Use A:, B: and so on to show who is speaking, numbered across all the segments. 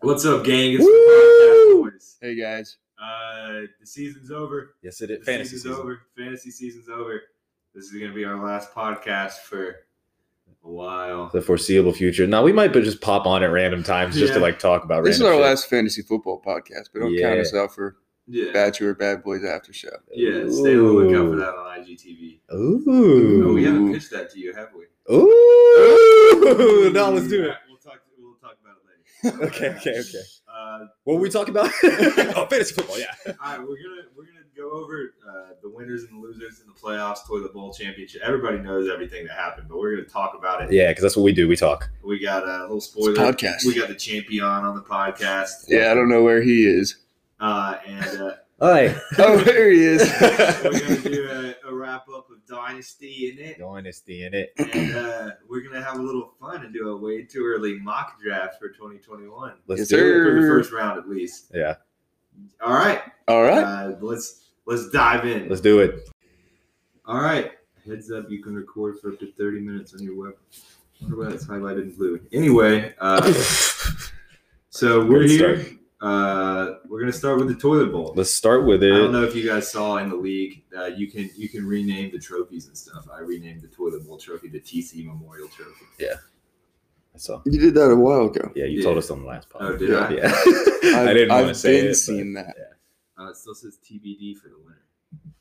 A: What's up, gang? It's
B: Woo!
A: the podcast boys.
B: Hey guys,
A: Uh, the season's over.
C: Yes, it is.
A: The
C: Fantasy
A: season's
C: season.
A: over. Fantasy season's over. This is gonna be our last podcast for a while.
C: The foreseeable future. Now we might but just pop on at random times just to
A: Yeah.
C: like talk about.
B: this is
C: random
B: our
C: shit.
B: last fantasy football podcast, but don't count
C: Yeah.
B: us out for
A: Yeah,
B: Bad Chew or Bad Boys after show.
A: yeah. Stay on the lookout for that on IGTV. No, Oh, we
C: Ooh.
A: haven't pitched that to you, have we?
C: Ooh. No, let's do it.
A: We'll talk. We'll talk about it later.
C: Okay, okay, okay.
A: Uh,
C: What were we talking about? oh, fantasy football. Yeah.
A: All right, we're gonna we're gonna go over uh, the winners and losers in the playoffs toward the bowl championship. Everybody knows everything that happened, but we're gonna talk about it.
C: Yeah, because that's what we do. We talk.
A: We got a little spoiler.
B: It's a podcast.
A: We got the champion on the podcast.
B: Yeah, I don't know where he is.
A: Uh, and uh,
C: Hi.
B: Oh, there he is.
A: we're gonna do a, a wrap up of Dynasty in it,
C: Honesty in it.
A: and uh, we're gonna have a little fun and do a way too early mock draft for 2021
C: Let's
B: Yes,
C: do
B: sir.
C: it.
A: for the first round at least.
C: Yeah.
A: All right.
B: All right.
A: Uh, let's let's dive in.
C: Let's do it.
A: All right. Heads up, you can record for up to 30 minutes on your web. wonder why it's highlighted in blue. Anyway, uh, so we're
C: Let's
A: here. Uh, we're going to start with the toilet bowl.
C: Let's start with
A: I
C: it.
A: don't know if you guys saw in the league, uh, you can you can rename the trophies and stuff. I renamed the toilet bowl trophy the TC Memorial Trophy.
C: I saw.
B: You did that a while ago.
C: Yeah, you
A: Yeah.
C: told us on the last podcast.
A: Oh, did I?
C: Yeah. I didn't want to
B: I've
C: say
B: been
C: it.
B: seen that.
A: Uh, it still says TBD for the winner.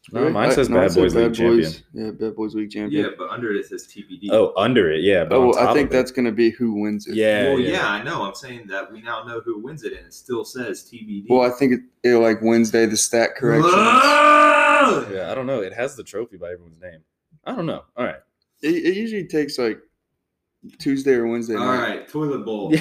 C: but- No, mine says
B: I- no, it
C: Bad
B: said
C: Boys League Champion.
B: Yeah, Bad Boys League Champion.
A: Yeah, but under it it says TBD.
C: Oh, under it. Yeah. But
B: oh,
C: on
B: well, I
C: top
B: think
C: of it-
B: that's going to be who wins it.
C: Yeah.
A: well, yeah, I know. I'm saying that we now know who wins it, and it still says TBD.
B: Well, I think it, it like Wednesday the stat correction.
A: Correction.
C: Yeah, I don't know. It has the trophy by everyone's name. I don't know. All right.
B: It, it usually takes like Tuesday or Wednesday
A: All
B: night.
A: right, toilet bowl.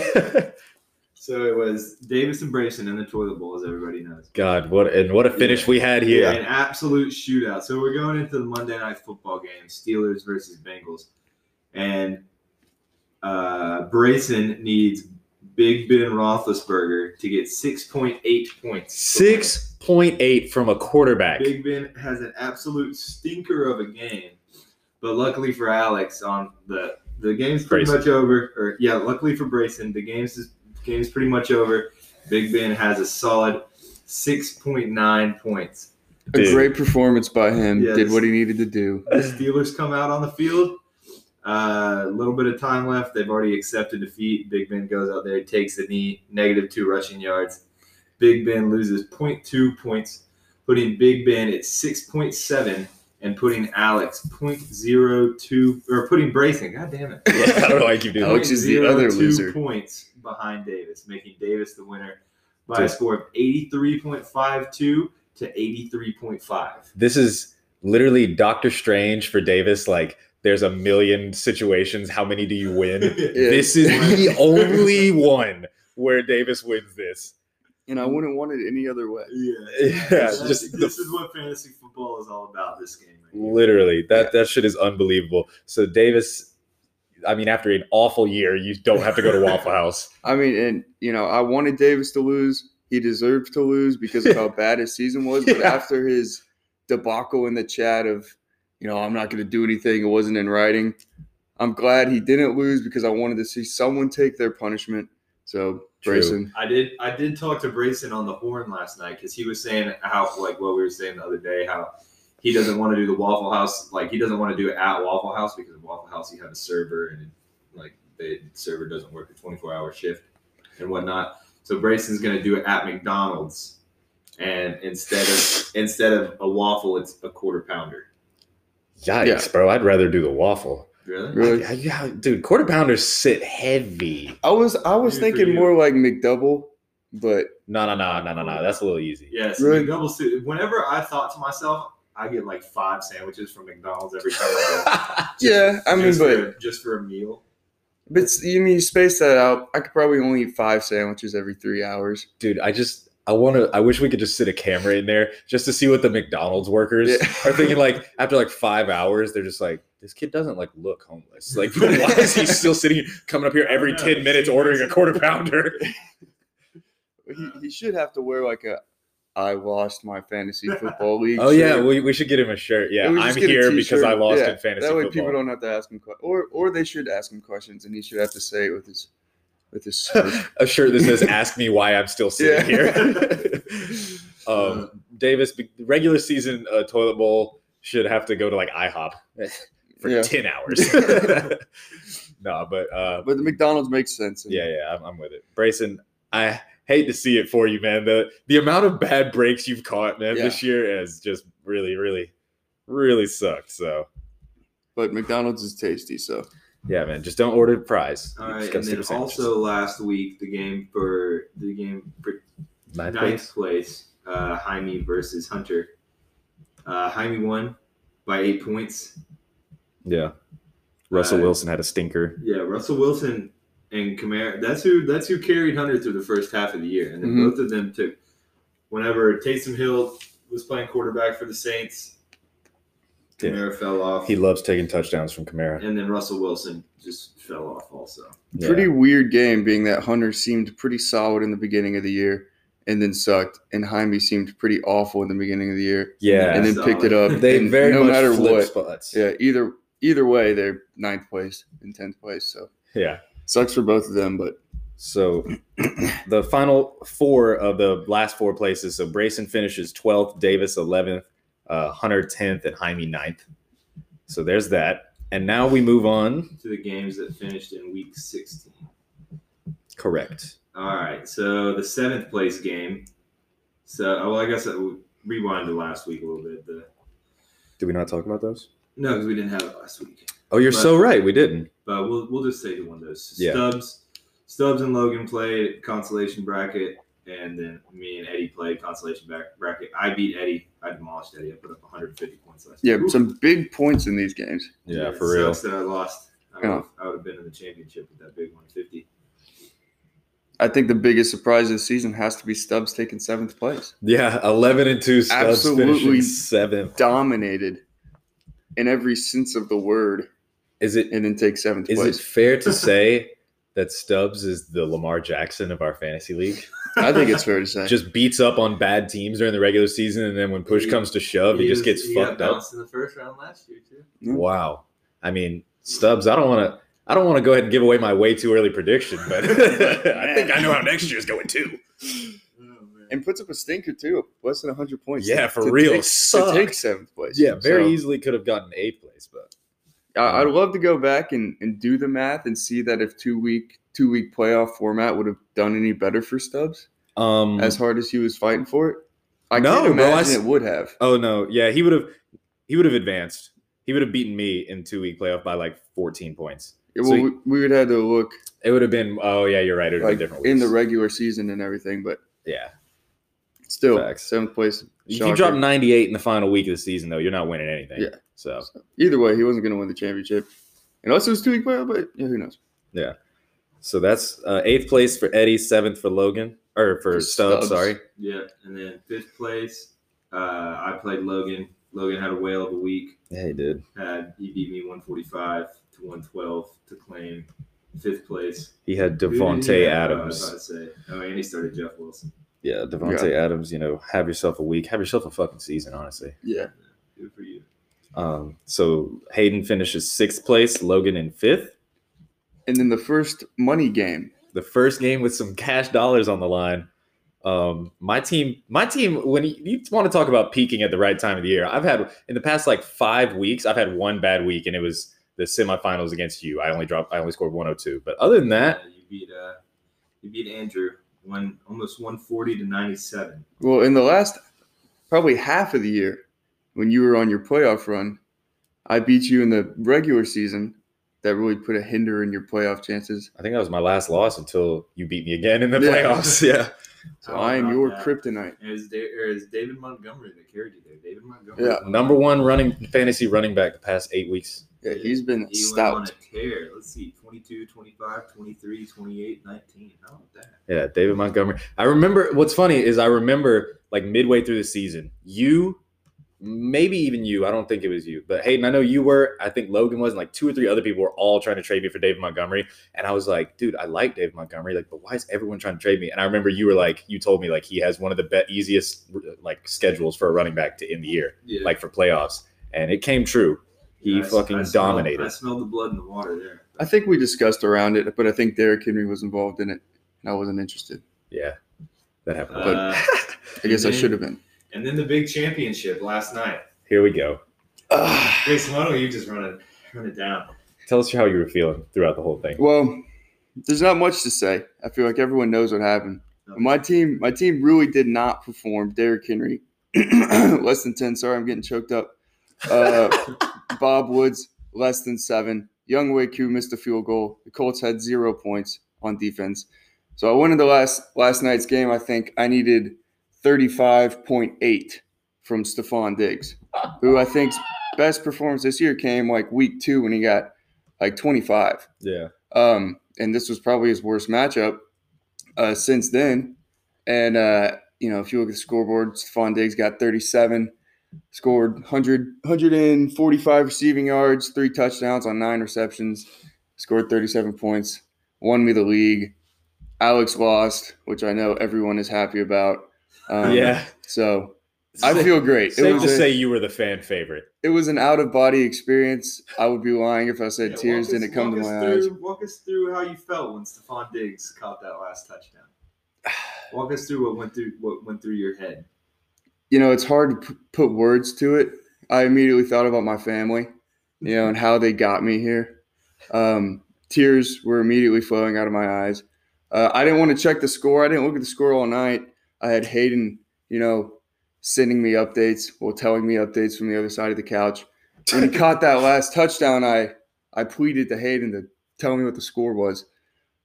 A: So it was Davis and Brayson in the toilet bowl, as everybody knows.
C: God, what and what a finish we had here.
A: An absolute shootout. So we're going into the Monday night football game, Steelers versus Bengals. And uh, Brayson needs Big Ben Roethlisberger to get 6.8 points.
C: Six point eight from a quarterback.
A: Big Ben has an absolute stinker of a game. But luckily for Alex, on the the game's pretty
C: Brayson.
A: much over. Or yeah, luckily for Brayson, the game's is, game's pretty much over. Big Ben has a solid six point nine points.
B: A
C: Dude.
B: great performance by him.
A: Yes.
B: Did what he needed to do.
A: The Steelers come out on the field. Uh, A little bit of time left. They've already accepted defeat. Big Ben goes out there, takes a knee, negative two rushing yards. Big Ben loses 0.2 points, putting Big Ben at 6.7 and putting Alex 0.02 or putting Brayson. God damn it.
C: yeah, I don't know why I keep doing
A: Oh.
B: Alex is the
A: 0.02
B: other loser.
A: points behind Davis, making Davis the winner by a
C: Dude.
A: score of 83.52 to 83.5.
C: this. This is literally Doctor Strange for Davis. Like, there's a million situations. How many do you win? This is the only one where Davis wins this.
B: And I wouldn't want it any other way.
A: Yeah,
C: Yeah,
A: That's-
C: just the-
A: this is what fantasy football is all about. This game, right here.
C: Literally, that that shit is unbelievable. So Davis, I mean, after an awful year, you don't have to go to Waffle House.
B: I mean, and you know, I wanted Davis to lose. He deserved to lose because of how bad his season was. But
C: Yeah.
B: after his debacle in the chat of, you know, I'm not going to do anything. It wasn't in writing. I'm glad he didn't lose because I wanted to see someone take their punishment. So
C: True.
B: Grayson,
A: I did. I did talk to Brayson on the horn last night because he was saying how, like, what we were saying the other day, how he doesn't want to do the Waffle House. Like, he doesn't want to do it at Waffle House because at Waffle House you have a server and like the server doesn't work a 24 hour shift and whatnot. So Brayson's gonna do it at McDonald's, and instead of instead of a waffle, it's a quarter pounder.
C: Yikes,
B: Yeah.
C: bro! I'd rather do the waffle.
A: Really?
B: really,
C: Yeah, yeah, dude, quarter pounders sit heavy.
B: I was I was
A: Good for
B: thinking
A: you.
B: more like McDouble, but
C: No, no, no, no, no, no. That's a little easy.
A: Yes,
B: Really?
A: McDouble soup. Whenever I thought to myself, I get like five sandwiches from McDonald's every time. I go. Just-
B: yeah, I mean,
A: just
B: but
A: for, just for a meal.
B: but s- you mean you space that out? I could probably only eat five sandwiches every three hours.
C: Dude, I just I want to. I wish we could just sit a camera in there just to see what the McDonald's workers
B: Yeah.
C: are thinking. Like after like five hours, they're just like, this kid doesn't like look homeless. Like why is he still sitting here- coming up here every
A: I know.
C: ten minutes ordering a quarter pounder?
B: He, he should have to wear like a I lost my fantasy football league.
C: oh yeah,
B: shirt.
C: we, we should get him a shirt. Yeah,
B: We
C: I'm
B: just get a
C: here because I
B: t-shirt.
C: lost
B: Yeah,
C: in fantasy
B: that way
C: football.
B: people don't have to ask him questions, or or they should ask him questions, and he should have to say it with his with his skirt.
C: a shirt that says "Ask me why I'm still sitting
B: Yeah.
C: here." um, Davis, be- regular season uh, toilet bowl should have to go to like IHOP for
B: Yeah.
C: ten hours. no, but uh,
B: but the McDonald's makes sense.
C: yeah, yeah, I'm, I'm with it. Brayson, I hate to see it for you, man. The the amount of bad breaks you've caught, man,
B: Yeah.
C: this year has just really, really, really sucked. So
B: But McDonald's is tasty, so
C: yeah, man, just don't order fries.
A: All
C: You just
A: right,
C: gotta
A: and
C: stick
A: then
C: with sandwiches.
A: also last week the game for the game for
C: Ninth place.
A: ninth place, uh, Jaime versus Hunter. Uh, Jaime won by eight points.
C: Yeah. Russell
A: Uh,
C: Wilson had a stinker.
A: Yeah, Russell Wilson and Kamara. That's who. That's who carried Hunter through the first half of the year, and then
C: Mm-hmm.
B: Mhm.
A: both of them took. Whenever Taysom Hill was playing quarterback for the Saints,
C: Yeah.
A: Kamara fell off,
C: He loves taking touchdowns from Kamara.
A: and then Russell Wilson just fell off also.
C: Yeah.
B: pretty weird game being that Hunter seemed pretty solid in the beginning of the year and then sucked, and Jaime seemed pretty awful in the beginning of the year
C: yeah.
B: and then picked it up.
C: they
B: and
C: very
B: no
C: much
B: matter
C: flip
B: what,
C: spots.
B: yeah. Either either way, they're ninth place and tenth place, so
C: Yeah.
B: sucks for both of them. But
C: So the final four of the last four places. So Brayson finishes 12th, Davis 11th, uh, Hunter 10th, and Jaime 9th. So there's that. And now we move on.
A: to the games that finished in week 16.
C: Correct.
A: All right, so the seventh place game. So, oh, well, I guess I'll rewind to last week a little bit. The,
C: Did we not talk about those?
A: no, because we didn't have it last week.
C: Oh, you're so right. We didn't.
A: But we'll, we'll just say the one of those.
C: Yeah.
A: Stubbs, Stubbs and Logan played consolation bracket, and then me and Eddie played consolation back, bracket. I beat Eddie. I demolished Eddie. I put up 150 points last
B: yeah,
A: week. Ooh.
B: some big points in these games.
C: Yeah,
A: it
C: for real.
A: Sucks that I lost. I would,
B: Yeah.
A: have, I would have been in the championship with that big 150.
B: I think the biggest surprise of the season has to be Stubbs taking seventh place.
C: Yeah, 11 and 2 Stubbs
B: Absolutely.
C: finishing 7th.
B: Dominated in every sense of the word,
C: Is it
B: and then take seventh
C: Is it
B: place.
C: fair to say that Stubbs is the Lamar Jackson of our fantasy league?
B: I think it's fair to say.
C: Just beats up on bad teams during the regular season, and then when push
A: He-
C: comes to shove, he, just
A: was-
C: gets
A: he got
C: fucked up.
A: bounced in the first round last year, too.
C: Mm-hmm.
B: Yeah.
C: Wow. I mean, Stubbs, I don't want to. I don't want to go ahead and give away my way too early prediction, but I think I know how next year's going too.
A: Oh, man.
B: and puts up a stinker too, less than hundred points.
C: Yeah, for
B: To
C: real.
B: take- to
C: Sucked.
B: take seventh place.
C: Yeah, very
B: So,
C: easily could have gotten eighth place, but
B: I, I'd love to go back and, and do the math and see that if two week two week playoff format would have done any better for Stubbs,
C: um,
B: as hard as he was fighting for it. I
C: No,
B: can't
C: bro, I
B: imagine
C: s-
B: it would have.
C: oh no, yeah, he would have, he would have advanced. He would have beaten me in two week playoff by like fourteen points.
B: Yeah,
C: so
B: well,
C: you-
B: we, we would have to look
C: It would have been. Oh yeah, you're right. It would
B: like
C: have been different.
B: in the
C: weeks.
B: regular season and everything, but
C: yeah.
B: still
C: Facts.
B: seventh place.
C: If you
B: shocker.
C: drop 98 in the final week of the season, though, you're not winning anything.
B: Yeah.
C: So,
B: Either way, he wasn't going to win the championship, unless it was two week playoff. But yeah, who knows?
C: so that's uh, eighth place for Eddie, seventh for Logan, or for
B: For
C: Stubbs,
B: Stubbs.
C: sorry.
A: Yeah, and then fifth place, uh, I played Logan. Logan had a whale of a week.
C: Yeah, he did.
A: Had he beat me 145 to 112 to claim fifth place.
C: He had
A: Who did he
C: Devonte
A: have? Oh, I was
C: Adams.
A: about to say. Oh, and he started Jeff Wilson.
C: yeah, Devonte Adams. You know, have yourself a week. Have yourself a fucking season, honestly.
B: Yeah,
A: Good for you.
C: Um, so Hayden finishes sixth place, Logan in fifth.
B: and then the first money game.
C: the first game with some cash dollars on the line. Um, my team, my team, when you, you want to talk about peaking at the right time of the year, I've had in the past like five weeks, I've had one bad week, and it was the semifinals against you. I only dropped, I only scored 102. But other than that,
A: Yeah, you beat uh, you beat Andrew one almost 140 to 97.
B: Well, in the last probably half of the year, when you were on your playoff run, I beat you in the regular season. That really put a hinder in your playoff chances.
C: I think that was my last loss until you beat me again in the
B: Yeah.
C: playoffs. Yeah.
B: So
A: How
B: I am
A: about
B: your
A: that?
B: kryptonite.
A: It was, da- or it was David Montgomery that carried you there. David Montgomery.
B: Yeah.
C: Number one running fantasy running back the past eight weeks.
B: Yeah, he's been
A: He went on
B: stout.
A: a tear. Let's see, 22, 25, 23, 28, 19. How about that?
C: Yeah, David Montgomery. I remember what's funny is I remember like midway through the season, you, maybe even you, I don't think it was you, but Hayden, I know you were, I think Logan was, and like two or three other people were all trying to trade me for David Montgomery. And I was like, dude, I like David Montgomery. Like, but why is everyone trying to trade me? And I remember you were like, you told me like he has one of the be- easiest like schedules for a running back to end the year,
A: Yeah.
C: like for playoffs. And it came true. He
A: I s-
C: fucking
A: smelled-
C: dominated.
A: I smelled the blood in the water there.
B: I think we discussed around it, but I think Derek Henry was involved in it, and I wasn't interested.
C: Yeah, that happened.
B: But-
A: Uh,
B: I guess I
A: Mhm.
B: should have been.
A: and then the big championship last night.
C: Here we go.
B: Ah,
A: Grayson, why don't you just run it, run it down?
C: Tell us how you were feeling throughout the whole thing.
B: well, there's not much to say. I feel like everyone knows what happened.
A: No.
B: My team, my team really did not perform. Derrick Henry, less than ten. Sorry, I'm getting choked up. Uh, Bob Woods, less than seven. Young Waku missed a field goal. The Colts had zero points on defense. So I went into last last night's game. I think I needed 35.8 from Stephon Diggs, who I think's best performance this year came like week two when he got like 25.
C: Yeah.
B: Um, and this was probably his worst matchup uh, since then. And, uh, you know, if you look at the scoreboard, Stephon Diggs got 37, scored 100, 145 receiving yards, three touchdowns on nine receptions, scored 37 points, won me the league. Alex lost, which I know everyone is happy about. Um,
C: yeah.
B: So I feel great. It
C: Safe
B: was,
C: to
B: a-
C: say you were the fan favorite.
B: it was an out of body experience. I would be lying if I said
A: Yeah, walk
B: tears
A: us-
B: didn't come to
A: walk
B: my
A: us
B: eyes.
A: through, Walk us through how you felt when Stephon Diggs caught that last touchdown. Walk us through what went through what went through your head.
B: you know, it's hard to p- put words to it. I immediately thought about my family, you know, and how they got me here. Um, tears were immediately flowing out of my eyes. Uh, I didn't want to check the score. I didn't look at the score all night. I had Hayden, you know, sending me updates, well, telling me updates from the other side of the couch. When he caught that last touchdown, I I pleaded to Hayden to tell me what the score was,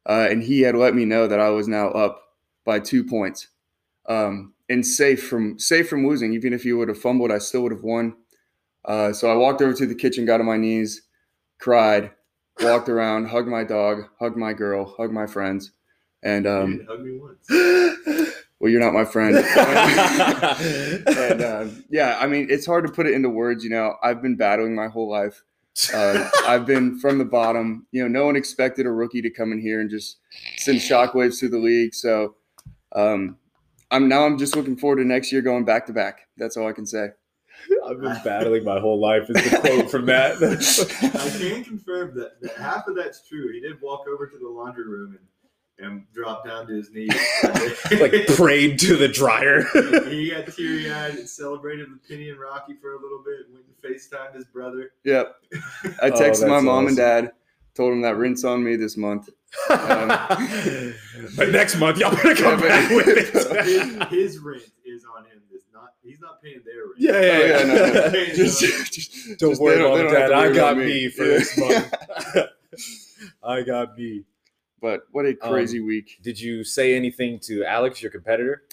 B: uh, and he had let me know that I was now up by two points um, and safe from safe from losing. Even if you would have fumbled, I still would have won. Uh, so I walked over to the kitchen, got on my knees, cried, walked around, hugged my dog, hugged my girl, hugged my friends, and
A: you
B: um,
A: didn't hug me once.
B: well, you're not my friend. and
C: and,
B: uh, yeah, I mean, it's hard to put it into words. You know, I've been battling my whole life. Uh, I've been from the bottom. You know, no one expected a rookie to come in here and just send shockwaves through the league. So, um, I'm now I'm just looking forward to next year going back to back. That's all I can say.
C: I've been battling my whole life is the quote from that.
A: I can confirm that, that half of that's true. He did walk over to the laundry room and, and drop down to his knees.
C: like prayed to the dryer.
A: he got teary eyed and celebrated with Penny and Rocky for a little bit. Went and FaceTimed his brother.
B: Yep. I
C: Oh,
B: texted my
C: that's
B: mom and
C: awesome.
B: dad, told them that rinse on me this month.
C: but next month y'all better come
B: Um, Yeah,
C: back
B: but-
C: with
A: His,
C: it.
A: his rent is on him. It's not. He's not paying their rent.
C: yeah, yeah,
B: Oh,
C: yeah.
B: yeah, no, no, no.
A: Paying
B: Just,
A: his
B: just-
C: Don't
B: just-
C: worry,
B: they
C: mom and
B: they have
C: dad.
B: to
C: I
B: worry
C: got
B: about
C: me, for
B: Yeah.
C: this month. I got me.
B: But what a crazy week.
C: Did you say anything to Alex, your competitor?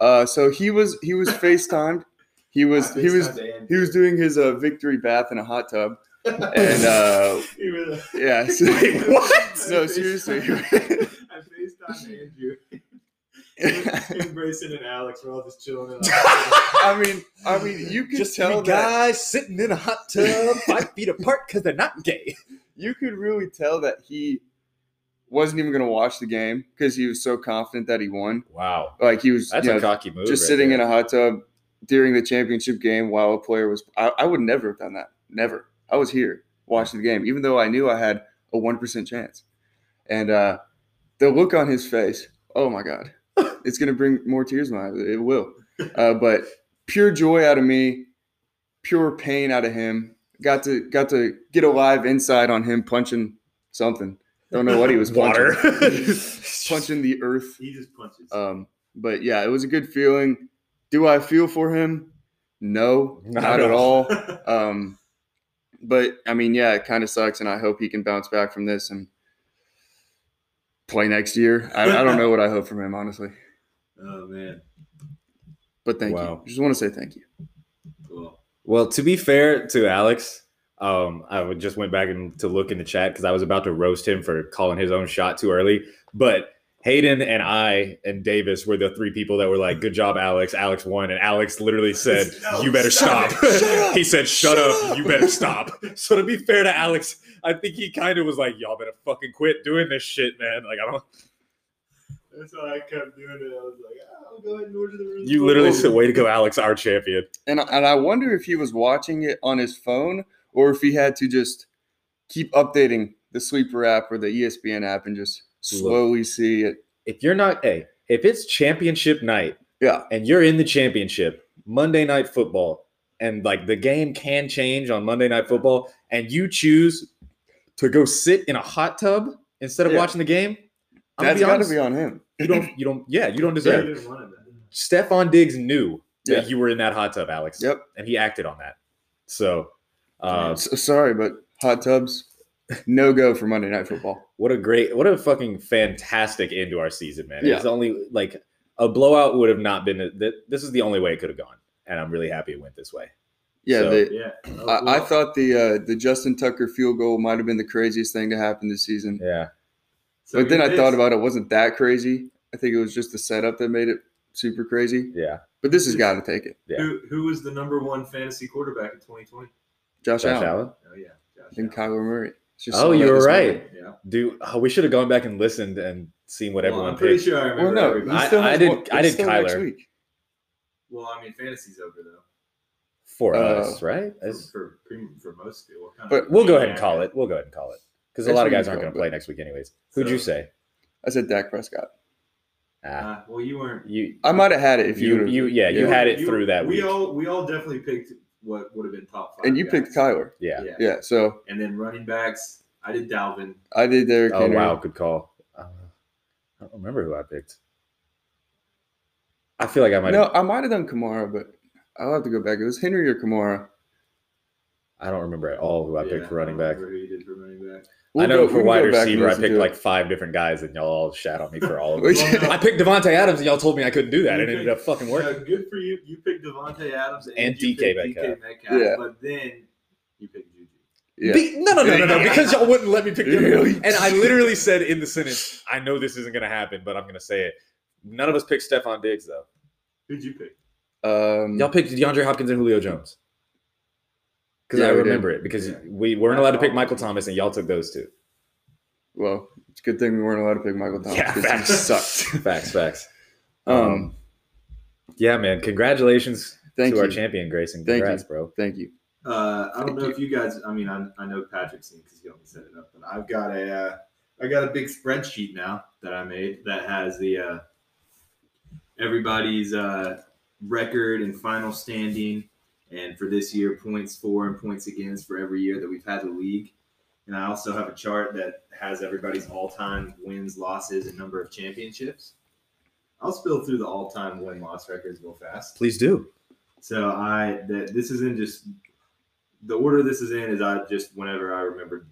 B: Uh, so he was he was FaceTimed. He was
A: I
B: he
A: FaceTimed
B: was
A: Andrew.
B: he was doing his uh, victory bath in a hot tub, and uh,
A: He was-
B: yeah, so-
C: Wait, what?
B: No,
A: I
B: seriously.
A: FaceTimed- I FaCetimed Andrew. Him, Grayson and Alex were all just chilling. In
B: I mean, I mean, you could
C: Just
B: tell
C: three
B: that
C: guys sitting in a hot tub, five feet apart, because they're not gay.
B: you could really tell that he wasn't even going to watch the game because he was so confident that he won.
C: Wow,
B: Like he was,
C: that's
B: you know,
C: a cocky move.
B: just
C: right
B: sitting
C: there.
B: in a hot tub during the championship game while a player was. I, I would never have done that. Never. I was here watching the game, even though I knew I had a one percent chance. And uh, the look on his face, oh my god, it's gonna bring more tears to my eyes. It will. Uh, but pure joy out of me, pure pain out of him. Got to got to get alive inside on him punching something. Don't know what he was punching.
C: water.
B: punching the earth.
A: he just punches.
B: Um, but yeah, it was a good feeling. Do I feel for him? No,
C: Not
B: not,
C: at
B: at all. um, but I mean, yeah, it kind of sucks, and I hope he can bounce back from this and play next year. I, I don't know what I hope from him, honestly.
A: oh man.
B: But thank
C: Wow.
B: you. Just want to say thank you.
A: Cool.
C: Well, to be fair to Alex, um, I would- just went back and to look in the chat because I was about to roast him for calling his own shot too early. But Hayden and I and Davis were the three people that were like, "Good job, Alex." Alex won, and Alex literally said,
A: No,
C: "You better
A: stop
C: stop."
A: it. Shut up.
C: he said, "Shut,
B: Shut
C: up.
B: up."
C: You better stop." So to be fair to Alex, I think he kind of was like, "Y'all better fucking quit doing this shit, man." Like I don't.
A: That's why I kept doing it. I was like, "Ah, I'll go ahead and order the room.
C: You literally said, "Way to go, Alex, our champion."
B: And and I wonder if he was watching it on his phone or if he had to just keep updating the sleeper app or the E ESPN app and just slowly see it.
C: If you're not, hey, if it's championship night,
B: Yeah.
C: and you're in the championship Monday night football, and like the game can change on Monday night football, and you choose to go sit in a hot tub instead of
B: Yeah.
C: watching the game, I'm gonna be
B: That's got to
C: honest,
B: be on him.
C: you don't, you don't, yeah, you don't
A: Yeah.
C: deserve. it.
A: you didn't want it, man.
C: Stefan Diggs knew that
B: Yeah.
C: you were in that hot tub, Alex,
B: Yep.
C: and he acted on that. So, uh,
B: S- sorry, but hot tubs, no go for Monday Night Football.
C: What a great, what a fucking fantastic end to our season, man.
B: Yeah.
C: It's only like a blowout would have not been, th- this is the only way it could have gone. And I'm really happy it went this way.
B: Yeah,
C: So-
B: they,
A: Yeah. Oh,
B: I, I
A: well,
B: thought the uh, the Justin Tucker field goal might have been the craziest thing to happen this season.
C: Yeah.
A: so
B: But then
A: you
B: I thought
A: missed.
B: about it, it wasn't that crazy. I think it was just the setup that made it super crazy.
C: Yeah.
B: But this has got to take it.
C: Yeah.
A: who who was the number one fantasy quarterback in 2020.
B: Josh,
C: Josh
B: Allen,
C: Allen.
A: Oh yeah, Josh
B: and
A: Allen.
B: Kyler Murray. It's just
C: Oh,
B: saw that
C: you were
B: this morning.
C: right.
A: Yeah.
C: Dude, oh, we should have gone back and listened and seen what
A: Well,
C: everyone
A: I'm pretty
C: picked.
A: sure I remember.
B: Well, no,
A: everybody.
B: he
C: I-
B: still
C: I
B: has
C: did-
B: one-
C: I
B: it's
C: did
B: still next
C: Kyler.
B: week.
A: Well, I mean, fantasy's over though.
C: For
B: Uh,
C: us, right? As-
A: For, for for most people, What kind
B: But
A: of-
C: we'll go ahead and call it. We'll go ahead and call it. Because a
B: That's
C: lot of
B: what
C: guys
B: you
C: aren't going
B: call it,
C: to
B: but-
C: play next week, anyways. Who'd
A: So-
C: you say?
B: I said Dak Prescott.
C: Ah,
A: Uh, well, you weren't.
C: you,
B: I might have had it if you,
C: you,
B: would've-
C: you, yeah, you
B: yeah.
C: had it through that
A: we
C: week.
A: all we all definitely picked what would have been top five.
B: and you
A: guys.
B: picked Kyler.
C: yeah.
A: Yeah.
B: Yeah, so
A: And then running backs, I did Dalvin.
B: I did Derrick
C: Oh,
B: Henry.
C: wow. Good call. Uh, I don't remember who I picked. I feel like I might have
B: No, I might have done Kamara, but I'll have to go back. It was Henry or Kamara.
C: I don't remember at all who I
A: Yeah,
C: picked for running
A: I don't
C: back.
A: remember Who you did for running back?
C: I know
B: We'll go-
C: for
B: we can
C: wide
B: go back and
C: receiver, I
B: listen
C: picked
B: to it.
C: like five different guys, and y'all all shout on me for all of
B: We
C: them.
A: Well, no.
B: should-
C: I picked Devonte Adams, and y'all told me I couldn't do that, and it
A: You
C: ended up fucking working.
A: Yeah, good for you. You picked Devonte Adams and,
C: And
A: you
C: DK
A: picked
C: Metcalf.
A: DK Metcalf.
B: Yeah.
A: But then you picked Juju.
B: Yeah.
C: Be- no, no, no, no, no, because y'all wouldn't let me pick them.
B: Really?
C: And I literally said in the sentence, "I know this isn't going to happen, but I'm going to say it." None of us picked Stephon Diggs though.
A: Who'd you pick?
B: Um,
C: Y'all picked DeAndre Hopkins and Julio Jones because
B: Yeah, Oh.
C: I
B: we did.
C: remember it because
A: Yeah.
C: we weren't allowed to pick Michael Thomas, and y'all took those two.
B: well, it's a good thing we weren't allowed to pick Michael Thomas
C: Yeah,
B: because
C: facts.
B: he Oh, sucked.
C: Facts, facts.
B: Um,
C: Yeah, man. Congratulations
B: thank
C: to
B: you,
C: our champion, Grayson.
B: Thank you.
C: Congrats, bro.
B: thank you.
A: Uh, I don't
B: Thank
A: know if you guys. I mean, I, I know Patrick's in because he helped me set it up, but I've got a uh, I got a big spreadsheet now that I made that has the uh, everybody's uh, record and final standing, and for this year, points for and points against for every year that we've had the league. And I also have a chart that has everybody's all-time wins, losses, and number of championships. I'll spill through the all-time win-loss records real fast.
C: Please do.
A: So I that this isn't just the order this is in is I just whenever I remember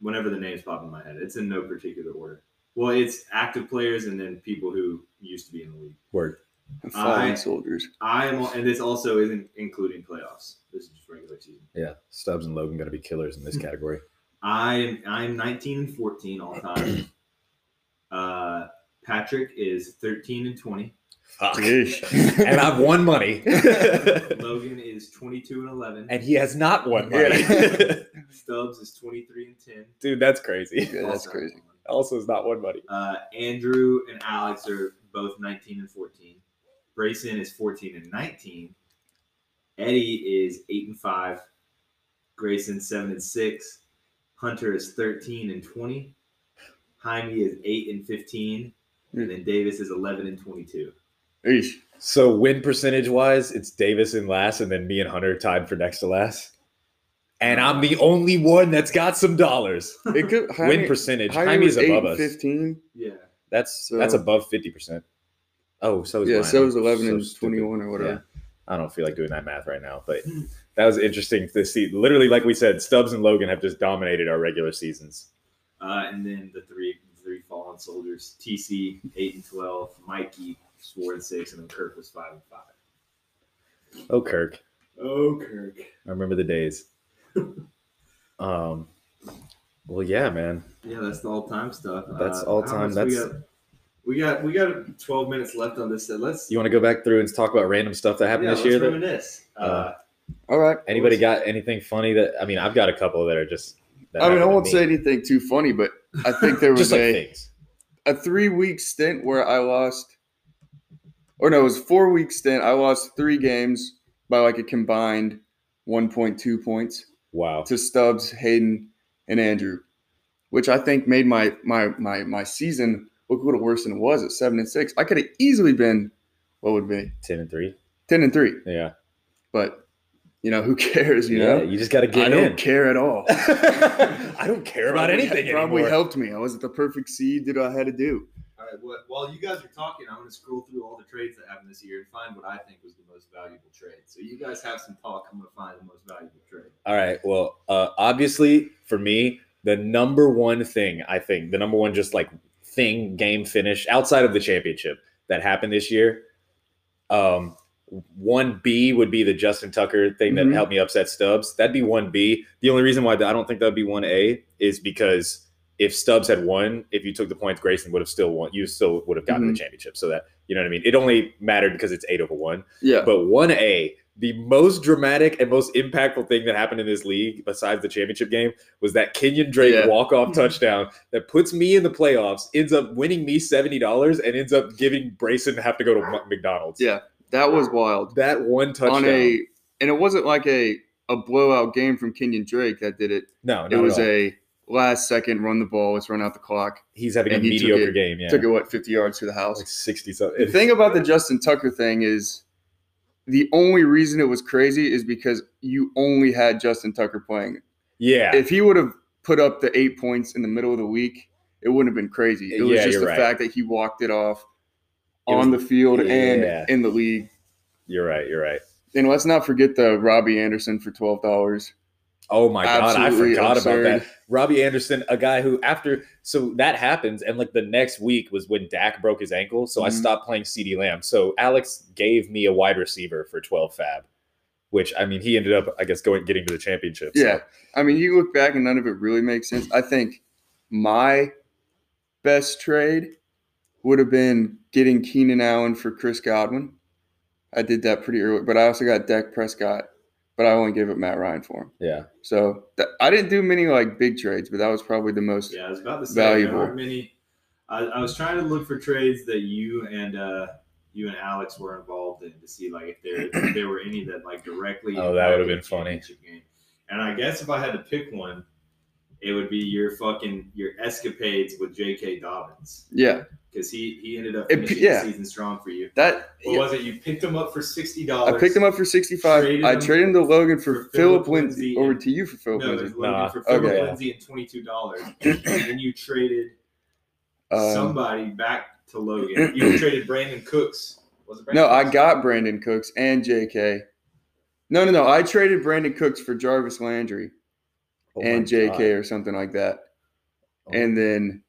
A: whenever the names pop in my head. It's in no particular order. Well, it's active players and then people who used to be in the league.
C: Word.
B: Fallen
A: I-
B: soldiers.
A: I am and this also isn't including playoffs. This is just regular season.
C: Yeah. Stubbs and Logan gonna be killers in this
B: Hmm.
C: category.
A: I am I'm 19 and 14 all time. uh Patrick is 13 and 20.
C: Fuck.
B: Yeesh.
C: and I've won money.
A: Logan is 22 and 11.
C: and he has not won money.
B: Yeah.
A: Stubbs is 23 and 10.
C: Dude, that's crazy.
B: Yeah, that's
A: Also-
B: crazy.
C: Also has not won money.
A: Uh, Andrew and Alex are both 19 and 14. Brayson is 14 and 19. Eddie is 8 and 5. Grayson 7 and 6. Hunter is 13 and 20. Jaime is 8 and 15. And then Davis is 11 and 22.
B: Yeesh.
C: So win percentage wise, it's Davis in last, and then me and Hunter tied for next to last. And I'm the only one that's got some dollars.
B: It could
C: win percentage. Jaime's above us.
B: Fifteen.
A: Yeah.
C: That's
B: So-
C: that's above fifty percent. Oh, so is
B: Yeah,
C: mine.
B: so
C: I'm
B: it was eleven
C: so
B: and
C: stupid.
B: twenty-one or whatever.
C: I don't feel like doing that math right now, but that was interesting to see. Literally, like we said, Stubbs and Logan have just dominated our regular seasons.
A: Uh, and then the three three fallen soldiers TC, 8 and 12. Mikey, 4 and 6. And then Kirk was 5 and 5.
C: Oh, Kirk,
A: Oh, Kirk.
C: I remember the days. um, well, yeah, man.
A: Yeah, that's the all time stuff.
C: That's
A: Uh,
C: all-time.
A: how much
C: That's-
A: we got, we got we got twelve minutes left on this. So let's
C: You want to go back through and talk about random stuff that happened
A: yeah,
C: this year?
A: Let's
C: That,
A: reminisce. Uh,
C: Uh,
B: All right.
C: anybody got anything funny that? I mean, I've got a couple that are just. that
B: I mean, I
C: happened to
B: won't
C: me.
B: say anything too funny, but I think there was
C: just like
B: a
C: things.
B: a three week stint where I lost, or no, it was a four week stint. I lost three games by like a combined 1.2 points
C: Wow.
B: to Stubbs, Hayden, and Andrew. which I think made my my my my season look a little worse than it was at seven and six. I could have easily been what would be
C: Ten and three.
B: ten and three,
C: Yeah.
B: but you know who cares? You
C: yeah.
B: know
C: You just got to
B: I
C: get
B: don't
C: in.
B: care at all.
C: I don't care about
B: Probably-
C: anything
B: Probably
C: anymore.
B: helped me. I was at the perfect seed. Did what I had to do.
A: All right. What, while you guys are talking, I'm going to scroll through all the trades that happened this year and find what I think was the most valuable trade. So you guys have some talk. I'm going to find the most valuable trade.
C: All right. Well, uh, obviously for me, the number one thing I think, the number one just like thing, game finish outside of the championship that happened this year. Um, one B would be the Justin Tucker thing that
B: Mhm.
C: helped me upset Stubbs. That'd be one B. The only reason why I don't think that'd be one A is because if Stubbs had won, if you took the points, Grayson would have still won. You still would have gotten the championship. So that you know what I mean. It only mattered because it's eight over one.
B: Yeah.
C: But 1A, the most dramatic and most impactful thing that happened in this league, besides the championship game, was that Kenyon Drake
B: Yeah.
C: walk off touchdown that puts me in the playoffs, ends up winning me $70, and ends up giving Brayson have to go to Mc- McDonald's.
B: Yeah. That was wild.
C: That one touchdown.
B: On a and it wasn't like a a blowout game from Kenyon Drake that did it.
C: no,
B: It
C: no.
B: was a last second run the ball. Let's run out the clock.
C: He's having a
B: and he took
C: mediocre
B: it-
C: game. Yeah.
B: Took it what fifty yards to the house.
C: like 60
B: The
C: something.
B: thing about the Justin Tucker thing is the only reason it was crazy is because you only had Justin Tucker playing.
C: Yeah.
B: If he would have put up the eight points in the middle of the week, it wouldn't have been crazy. It was
C: Yeah,
B: just
C: you're
B: the
C: right.
B: fact that he walked it off
C: It
B: on the field
C: yeah.
B: and in the league.
C: you're right. You're right.
B: And let's not forget the Robbie Anderson for twelve dollars.
C: Oh my god, I
B: Absolutely
C: forgot
B: absurd.
C: about that. Robbie Anderson, a guy who after so that happens, and like the next week was when Dak broke his ankle, so I
B: Mhm.
C: stopped playing CD Lamb. So Alex gave me a wide receiver for twelve fab, which I mean he ended up I guess going getting to the championship. so-
B: Yeah. I mean, you look back and none of it really makes sense. I think my best trade would have been getting Keenan Allen for Chris Godwin. I did that pretty early, but I also got Dak Prescott, but I only gave up Matt Ryan for him.
C: yeah,
B: So that, I didn't do many like big trades, but that was probably the most.
A: Yeah, I was about to say there
B: Valuable.
A: aren't many. I, I was trying to look for trades that you and uh, you and Alex were involved in to see like if there if there were any that like directly.
C: Oh, that
A: impacted
C: would've been
A: the
C: funny.
A: championship game. And I guess if I had to pick one, it would be your fucking your escapades with J.K. Dobbins
B: Yeah,
A: because he he ended up
B: It-
A: finishing
B: yeah.
A: the season strong for you.
B: that
A: What was it? You picked him up for sixty
B: I
A: dollars.
B: picked him up for sixty-five.
A: Traded
B: I
A: him
B: traded him to Logan for,
A: for
B: Philip
A: Philip
B: Lindsay
A: Lindsay
B: over
A: and-
B: to you for Philip
A: No, it was
B: Lindsay.
A: Logan
C: Nah.
A: for Philip
B: Okay.
A: Lindsay and twenty two dollars, and then you traded
B: Um,
A: somebody back to Logan. You traded Brandon Cooks. Was it Brandon
B: No, I
A: Cooks?
B: got Brandon Cooks and JK. No, no, no. I traded Brandon Cooks for Jarvis Landry
C: Oh my
B: and JK
C: God.
B: or something like that.
C: Oh.
B: And then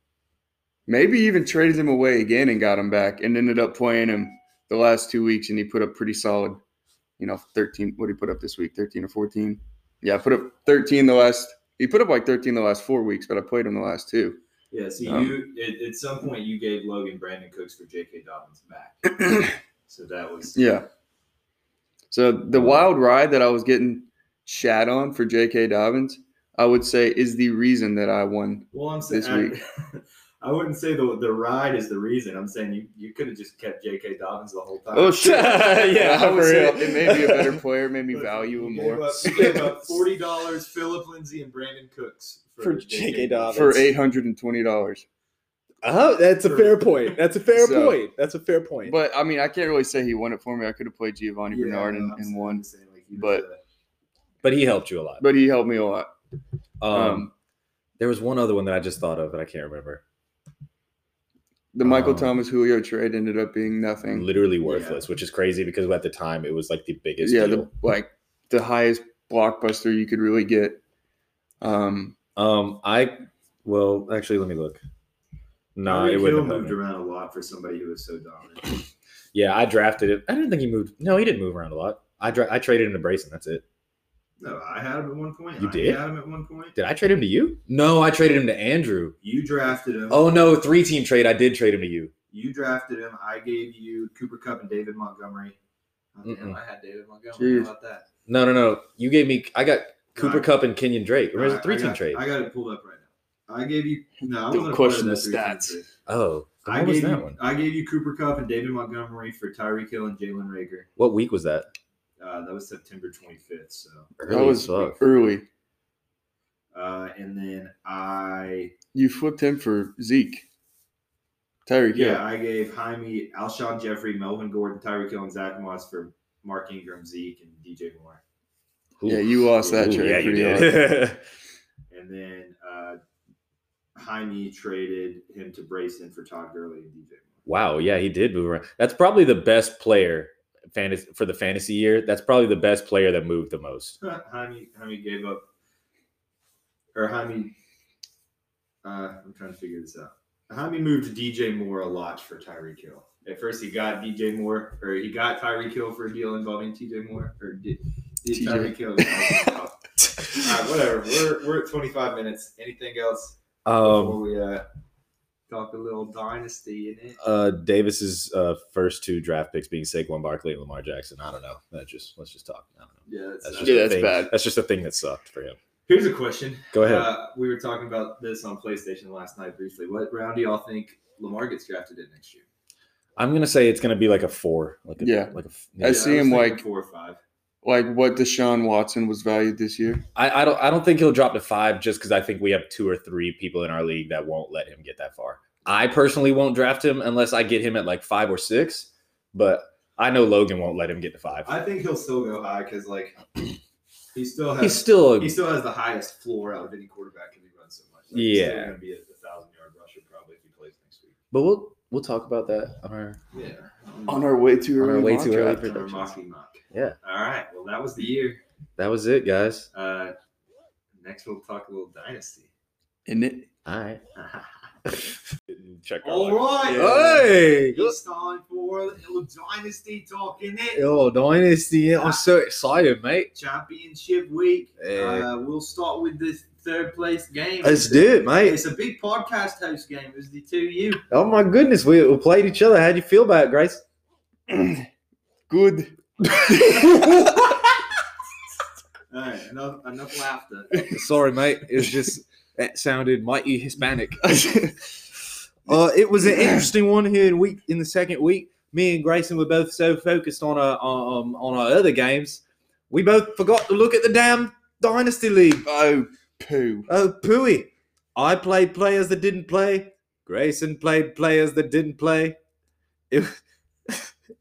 B: maybe even traded him away again and got him back and ended up playing him the last two weeks and he put up pretty solid, you know, 13. What did he put up this week? 13 or 14? Yeah, I put up 13 the last. He put up like 13 the last four weeks, but I played him the last two.
A: Yeah, so
B: Um,
A: you at, at some point you gave Logan Brandon Cooks for J.K. Dobbins back. so that was
B: Yeah. So the wild ride that I was getting shat on for J.K. Dobbins, I would say, is the reason that I won.
A: well. I'm
B: This
A: saying I, I wouldn't say the the ride is the reason. I'm saying you, you could have just kept J.K. Dobbins the whole time.
B: Oh shit!
C: Yeah,
B: I would
C: for
B: say
C: real.
B: it made me a better player, made me
A: But
B: value him
A: you gave
B: more
A: up- you gave up forty dollars, Philip Lindsay and Brandon Cooks
C: For J.K. Dobbins.
B: for eight hundred and twenty dollars.
C: Oh, that's a fair point. That's a fair
B: So-
C: point. That's a fair point.
B: But I mean, I can't really say he won it for me. I could have played Giovanni
A: Yeah,
B: Bernard
A: no,
B: and,
A: I'm
B: and
A: saying-
B: won,
A: saying, like, you
B: but-
A: was
C: But he helped you a lot.
B: but he helped me a lot.
C: um,
B: Um,
C: there was one other one that I just thought of that I can't remember.
B: the Michael
C: um,
B: Thomas Julio trade ended up being nothing.
C: Literally worthless, which is crazy because at the time it was like the biggest
B: Yeah,
C: deal.
B: the, like the highest blockbuster you could really get. Um,
C: Um, I well, actually, let me look. No,
A: Tyreek
C: it
A: Hill
C: wouldn't. Have
A: moved
C: been.
A: around a lot for somebody who was so dominant.
C: Yeah, I drafted it. I didn't think he moved. No, he didn't move around a lot. I dra- I traded him to Brayson. That's it.
A: No, I had him at one point.
C: You
A: I
C: did?
A: had him at one point.
C: Did I trade him to you? No, I traded him to Andrew.
A: You drafted him.
C: Oh no, three team trade. I did trade him to you.
A: You drafted him. I gave you Cooper Cup and David Montgomery. Oh, damn,
C: Mm-mm.
A: I had David Montgomery.
B: Jeez.
A: How about that?
C: No, no, no. You gave me. I got Cooper
A: No, I-
C: Cup and Kenyon Drake. Remember it was
A: I-
C: a three
A: I
C: team
A: got-
C: trade.
A: I got it pulled up right now. I gave you no. I
B: Don't
A: wasn't a part
B: question
A: of
B: the
A: that
B: stats.
A: three-team trade.
C: oh, then
A: I
C: what was
A: gave
C: that
A: you,
C: one?
A: I gave you Cooper Cup and David Montgomery for Tyreek Hill and Jalen Rager.
C: What week was that?
A: Uh, that was September 25th. So
B: that
C: Early as
B: was
C: fuck.
B: early.
A: Uh, and then I,
B: You flipped him for Zeke. Tyreek Hill.
A: yeah, I gave Jaime, Alshon Jeffrey, Melvin Gordon, Tyreek Hill, and Zach Moss for Mark Ingram, Zeke, and DJ Moore.
B: Yeah, you lost that
C: Ooh,
B: trade
C: Yeah, you
B: pretty
C: did.
A: And then uh, Jaime traded him to Brayson for Todd Gurley and DJ Moore.
C: wow. Yeah, he did move around. That's probably the best player fantasy for the fantasy year. That's probably the best player that moved the most.
A: Jaime, Jaime gave up, or Jaime, uh, I'm trying to figure this out. Jaime moved DJ Moore a lot for Tyreek Hill. At first, he got DJ Moore, or he got Tyreek Hill for a deal involving TJ Moore, or did, did
B: TJ.
A: Tyreek Hill? All right, whatever. We're, we're at 25 minutes. Anything else before
C: Um,
A: we uh, talk a little dynasty in it?
C: uh, Davis's uh, first two draft picks being Saquon Barkley and Lamar Jackson. I don't know. That just let's just talk. I don't know.
A: Yeah, that's,
C: That's
A: not-
C: just
B: Yeah,
C: a
B: that's
C: thing-
B: bad.
C: That's just a thing that sucked for him.
A: Here's a question.
C: Go ahead.
A: Uh, we were talking about this on PlayStation last night briefly. What round do y'all think Lamar gets drafted in next year?
C: I'm gonna say it's gonna be like a four. Like a,
B: Yeah.
C: Like a. f-
B: I
C: yeah.
B: see
A: was thinking
B: him, like-
A: four or five.
B: Like what Deshaun Watson was valued this year.
C: I, I don't. I don't think he'll drop to five just because I think we have two or three people in our league that won't let him get that far. I personally won't draft him unless I get him at like five or six. But I know Logan won't let him get to five.
A: I think he'll still go high because like he still
C: He's
A: has
C: still. A,
A: he still has the highest floor out of any quarterback because he runs so much. Like, he's still
C: Yeah.
A: gonna be a, thousand yard rusher probably if he plays next week.
C: but we'll we'll talk about that on our.
A: Yeah,
B: On our way too
C: On our
B: early.
C: way too
B: mock
C: early.
B: draft.
A: Our
C: predictions.
A: mocky mock.
C: Yeah.
A: All right. Well, that was the year.
C: That was it, guys.
A: Uh, next, we'll talk a little dynasty.
B: Isn't it?
C: All right. Check. our
A: All
C: luck.
A: right.
C: Hey.
A: It's time for a little dynasty talking it.
C: Oh, dynasty! I'm so excited, mate.
A: championship week.
C: Yeah.
A: Uh, we'll start with this third place game.
C: Let's do it, mate.
A: It's a big podcast host game. It was the two you.
C: Oh my goodness, we, we played each other. How'd you feel about it, Grace?
B: Good.
A: All right, enough, enough laughter.
C: Sorry, mate. It was just that sounded mighty Hispanic. Uh, it was an interesting one here in week in the second week. Me and Grayson were both so focused on our um, on our other games, we both forgot to look at the damn dynasty league.
B: oh poo.
C: Oh pooey! I played players that didn't play. Grayson played players that didn't play. It,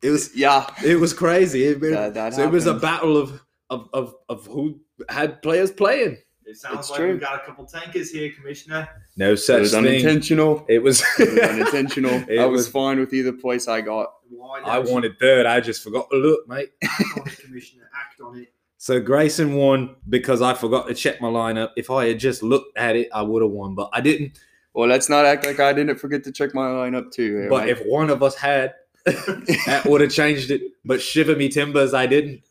C: it was
B: Yeah.
C: it was crazy. It- it-
B: That, that
C: so it was a
B: happens.
C: battle of of of, of who had players playing.
A: It sounds
B: It's
A: like
B: true.
A: we've got a couple tankers here, Commissioner.
C: No
B: It
C: such
B: was
C: thing.
B: unintentional.
C: It was.
B: It was unintentional.
C: It
B: I was,
C: was-
B: fine with either place I got.
A: Why
C: I
A: don't you
C: wanted third. I just forgot to look, mate.
A: act on it, Commissioner? Act on it.
C: So Grayson won because I forgot to check my lineup. If I had just looked at it, I would have won, but I didn't.
B: Well, let's not act like I didn't forget to check my lineup too. eh,
C: But
B: Mike?
C: if one of us had, that would have changed it. But shiver me timbers, I didn't.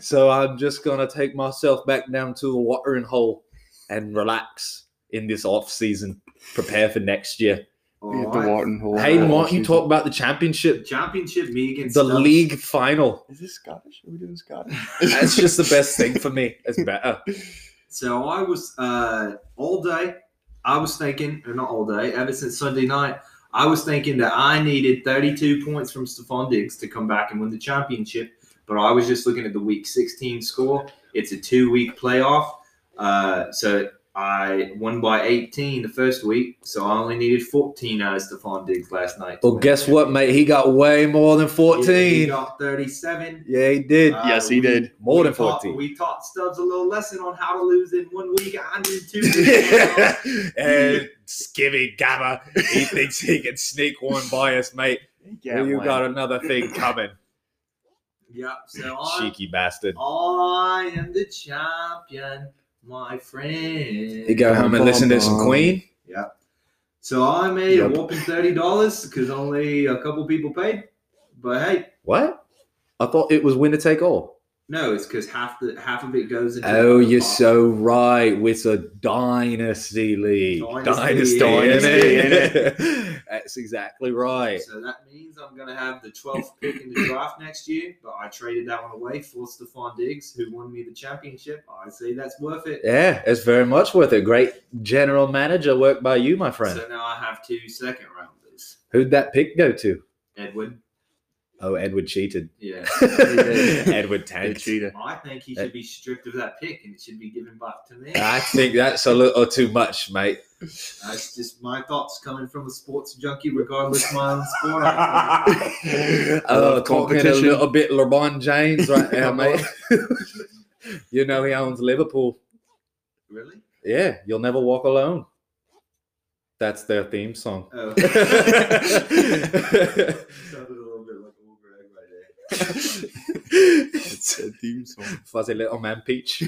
C: So I'm just gonna take myself back down to the watering hole and relax in this off season. Prepare for next year.
A: All
B: We hit the Oh,
A: right.
B: Wharton hole.
C: Hayden, why don't you
B: She's-
C: talk about the
A: The
C: championship,
A: championship
C: the
A: Megan.
C: league final?
B: Is this Scottish? Are we doing Scottish?
C: That's just the best thing for me. It's better.
A: So I was uh, all day. I was thinking, or not all day, ever since Sunday night, I was thinking that I needed 32 points from Stephon Diggs to come back and win the championship. But I was just looking at the Week 16 score. It's a two-week playoff, uh, so I won by 18 the first week. So I only needed 14 out of Stephon Diggs last night. to
C: Well,
A: win.
C: guess what, mate? He got way more than
A: Yeah, he
C: 14. Yeah,
A: got 37.
C: he did.
A: Uh,
B: yes, he
A: we-
B: did.
C: more
A: we
C: than
A: taught-
C: 14.
A: we taught Stubbs a little lesson on how to lose in one week. I knew two. weeks.
C: and Skibby Gamma, he thinks he can sneak one by us, mate.
B: Yeah,
C: you
B: why?
C: got another thing coming,
A: Yep. So I,
C: cheeky bastard.
A: I am the champion, my friend.
C: You go home and listen to some Queen.
A: So I made
C: Yep.
A: a whopping thirty dollars because only a couple people paid. But hey,
C: What? I thought it was winner take all.
A: no, it's because half the half of it goes into.
C: Oh,
A: the
C: you're
A: pot.
C: so right. With a dynasty league,
A: Dynasty,
C: dynasty,
B: Dynasty,
C: innit? That's exactly right.
A: So that means I'm going to have the 12th pick in the draft next year. But I traded that one away for Stephon Diggs, who won me the championship. I say that's worth it.
C: Yeah, it's very much worth it. Great general manager work by you, my friend.
A: So now I have two second rounders.
C: Who'd that pick go to?
A: Edwin
C: Oh, Edward cheated.
A: Yeah.
B: did.
C: Edward
B: They
C: tanked.
B: cheated.
A: I think
B: Uh,
A: he should be stripped of that pick and it should be given back to me.
C: I think that's a little too much, mate.
A: That's just my thoughts coming from a sports junkie, regardless of my own sport.
C: uh,
B: Love
C: talking a
B: competition.
C: little bit LeBron James right now, mate. you know he owns Liverpool.
A: really?
C: Yeah, you'll never walk alone. That's their theme song.
A: Oh,
C: Fuzzy
A: sounded a little bit like a Wolver egg right there.
B: It's a theme song.
C: little man peach.